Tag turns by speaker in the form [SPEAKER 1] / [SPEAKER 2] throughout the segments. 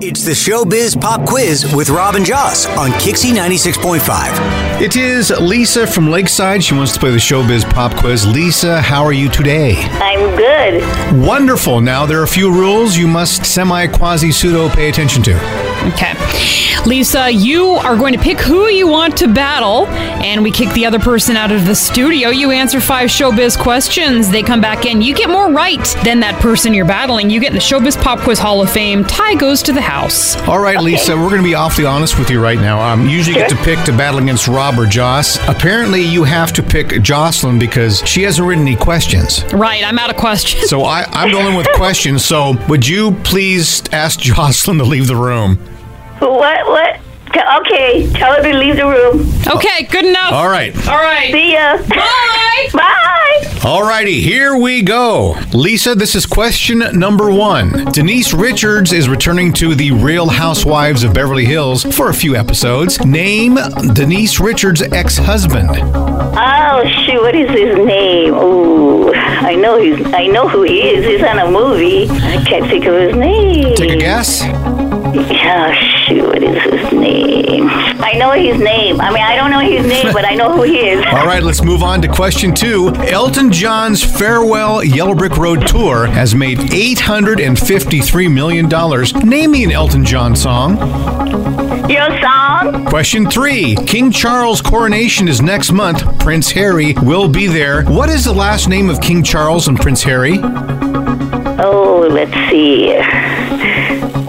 [SPEAKER 1] It's the Showbiz Pop Quiz with Robin Joss on Kixie 96.5.
[SPEAKER 2] It is Lisa from Lakeside. She wants to play the Showbiz Pop Quiz. Lisa, how are you today?
[SPEAKER 3] I'm good.
[SPEAKER 2] Wonderful. Now, there are a few rules you must semi, quasi, pseudo pay attention to.
[SPEAKER 4] Okay. Lisa, you are going to pick who you want to battle, and we kick the other person out of the studio. You answer five showbiz questions. They come back in. You get more right than that person you're battling. You get in the Showbiz Pop Quiz Hall of Fame. Tie goes to the house.
[SPEAKER 2] All right, Lisa, we're going to be awfully honest with you right now. Um, you usually get to pick to battle against Rob or Joss. Apparently, you have to pick Jocelyn because she hasn't written any questions.
[SPEAKER 4] Right, I'm out of questions.
[SPEAKER 2] So I, I'm dealing with questions. So would you please ask Jocelyn to leave the room?
[SPEAKER 3] What? What? T- Okay, tell her to leave the room.
[SPEAKER 4] Okay, good enough.
[SPEAKER 2] All right.
[SPEAKER 4] All right.
[SPEAKER 3] See ya.
[SPEAKER 4] Bye.
[SPEAKER 3] Bye.
[SPEAKER 2] Alrighty, here we go. Lisa, this is question number one. Denise Richards is returning to the Real Housewives of Beverly Hills for a few episodes. Name Denise Richards' ex husband.
[SPEAKER 3] Oh shoot! What is his name? Ooh, I know he's. I know who he is. He's on a movie. I can't think of his name.
[SPEAKER 2] Take a guess.
[SPEAKER 3] Oh shoot! What is his name? I know his name. I mean, I don't know his name, but I know who he is.
[SPEAKER 2] Alright, let's move on to question two. Elton John's farewell Yellow Brick Road tour has made $853 million. Name me an Elton John song.
[SPEAKER 3] Your song?
[SPEAKER 2] Question three King Charles' coronation is next month. Prince Harry will be there. What is the last name of King Charles and Prince Harry?
[SPEAKER 3] Oh, let's see.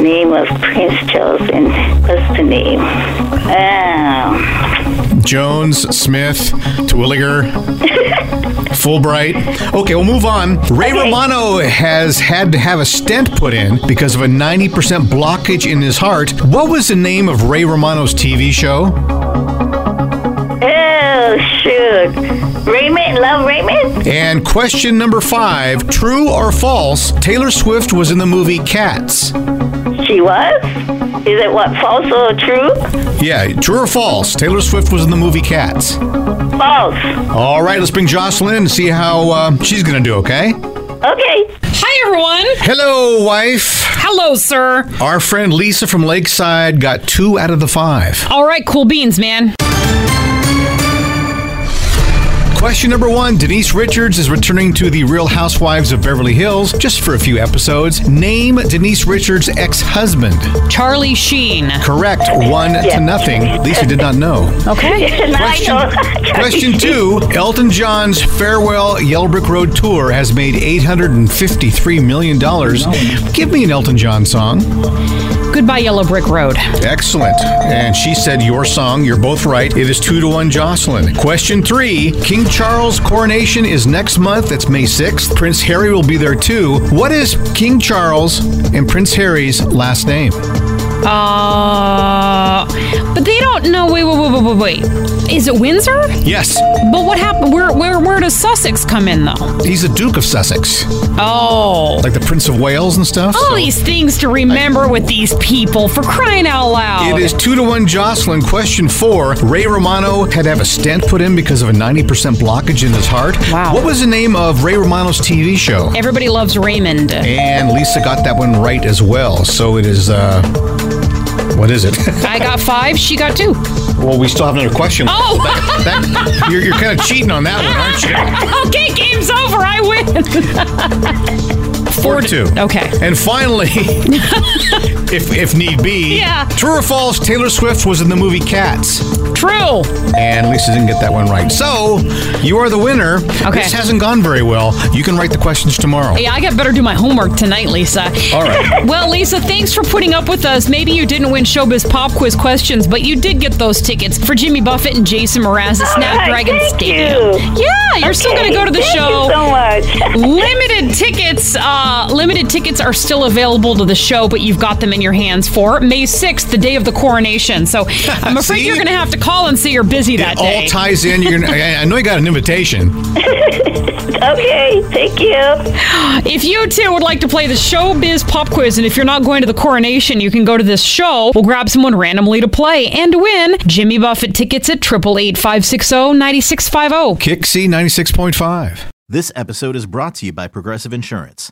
[SPEAKER 3] Name of Prince Charles and what's the name? Um,
[SPEAKER 2] Jones, Smith, Twilliger, Fulbright. Okay, we'll move on. Ray Romano has had to have a stent put in because of a 90% blockage in his heart. What was the name of Ray Romano's TV show?
[SPEAKER 3] Oh shoot. Raymond, love Raymond?
[SPEAKER 2] And question number five True or false, Taylor Swift was in the movie Cats?
[SPEAKER 3] She was? Is it what, false or true?
[SPEAKER 2] Yeah, true or false, Taylor Swift was in the movie Cats.
[SPEAKER 3] False.
[SPEAKER 2] All right, let's bring Jocelyn in and see how uh, she's going to do, okay?
[SPEAKER 3] Okay.
[SPEAKER 4] Hi, everyone.
[SPEAKER 2] Hello, wife.
[SPEAKER 4] Hello, sir.
[SPEAKER 2] Our friend Lisa from Lakeside got two out of the five.
[SPEAKER 4] All right, cool beans, man.
[SPEAKER 2] Question number one Denise Richards is returning to the Real Housewives of Beverly Hills just for a few episodes. Name Denise Richards' ex husband.
[SPEAKER 4] Charlie Sheen.
[SPEAKER 2] Correct, one to nothing. Lisa did not know.
[SPEAKER 4] Okay.
[SPEAKER 3] Now I know.
[SPEAKER 2] Question two Elton John's farewell Yellow Brick Road tour has made $853 million. Give me an Elton John song.
[SPEAKER 4] Goodbye, Yellow Brick Road.
[SPEAKER 2] Excellent. And she said, Your song, you're both right. It is two to one, Jocelyn. Question three King Charles' coronation is next month. That's May 6th. Prince Harry will be there too. What is King Charles and Prince Harry's last name?
[SPEAKER 4] Uh, but they don't know. Wait, wait, wait, wait, wait, wait. Is it Windsor?
[SPEAKER 2] Yes,
[SPEAKER 4] But what happened? Where, where, where does Sussex come in though?
[SPEAKER 2] he's the Duke of Sussex,
[SPEAKER 4] Oh,
[SPEAKER 2] like the Prince of Wales and stuff.
[SPEAKER 3] Oh,
[SPEAKER 4] all
[SPEAKER 2] so-
[SPEAKER 4] these things to remember with these people for crying out loud.
[SPEAKER 2] It is two to one, Jocelyn. Question four: Ray Romano had to have a stent put in because of a ninety percent blockage in his heart.
[SPEAKER 4] Wow.
[SPEAKER 2] What was the name of Ray Romano's TV show?
[SPEAKER 4] Everybody loves Raymond.
[SPEAKER 2] And Lisa got that one right as well. So it is, uh, what is it?
[SPEAKER 4] I got five. She got two.
[SPEAKER 2] well, we still have another question.
[SPEAKER 4] Oh,
[SPEAKER 2] That- you're, you're kind of cheating on that one, aren't you?
[SPEAKER 4] okay. Game's over. I win.
[SPEAKER 2] Four to two.
[SPEAKER 4] Okay.
[SPEAKER 2] And finally, if if need be,
[SPEAKER 4] Yeah.
[SPEAKER 2] true or false, Taylor Swift was in the movie Cats,
[SPEAKER 4] True.
[SPEAKER 2] and Lisa didn't get that one right. So you are the winner.
[SPEAKER 4] Okay.
[SPEAKER 2] This hasn't gone very well. You can write the questions tomorrow.
[SPEAKER 4] Yeah, I got better do my homework tonight, Lisa.
[SPEAKER 2] All right.
[SPEAKER 4] Well, Lisa, thanks for putting up with us. Maybe you didn't win Showbiz Pop Quiz questions, but you did get those tickets for Jimmy Buffett and Jason Mraz at
[SPEAKER 3] All
[SPEAKER 4] Snapdragon
[SPEAKER 3] right, thank
[SPEAKER 4] Stadium.
[SPEAKER 3] you.
[SPEAKER 4] Yeah, you're still going to go to the
[SPEAKER 3] Thank
[SPEAKER 4] show.
[SPEAKER 3] you so much.
[SPEAKER 4] Limited tickets. Uh, Uh, limited tickets are still available to the show, but you've got them in your hands for May 6th, the day of the coronation. So I'm afraid
[SPEAKER 2] See?
[SPEAKER 4] you're going to have to call and see you're busy that
[SPEAKER 2] It
[SPEAKER 4] day.
[SPEAKER 2] all ties in. You're gonna, I I know you got an invitation.
[SPEAKER 3] Okay, thank you.
[SPEAKER 4] If you too would like to play the Showbiz Pop Quiz, and if you're not going to the coronation, you can go to this show. We'll grab someone randomly to play and win Jimmy Buffett tickets at 888 560 9650.
[SPEAKER 2] Kixie 96.5.
[SPEAKER 5] This episode is brought to you by Progressive Insurance.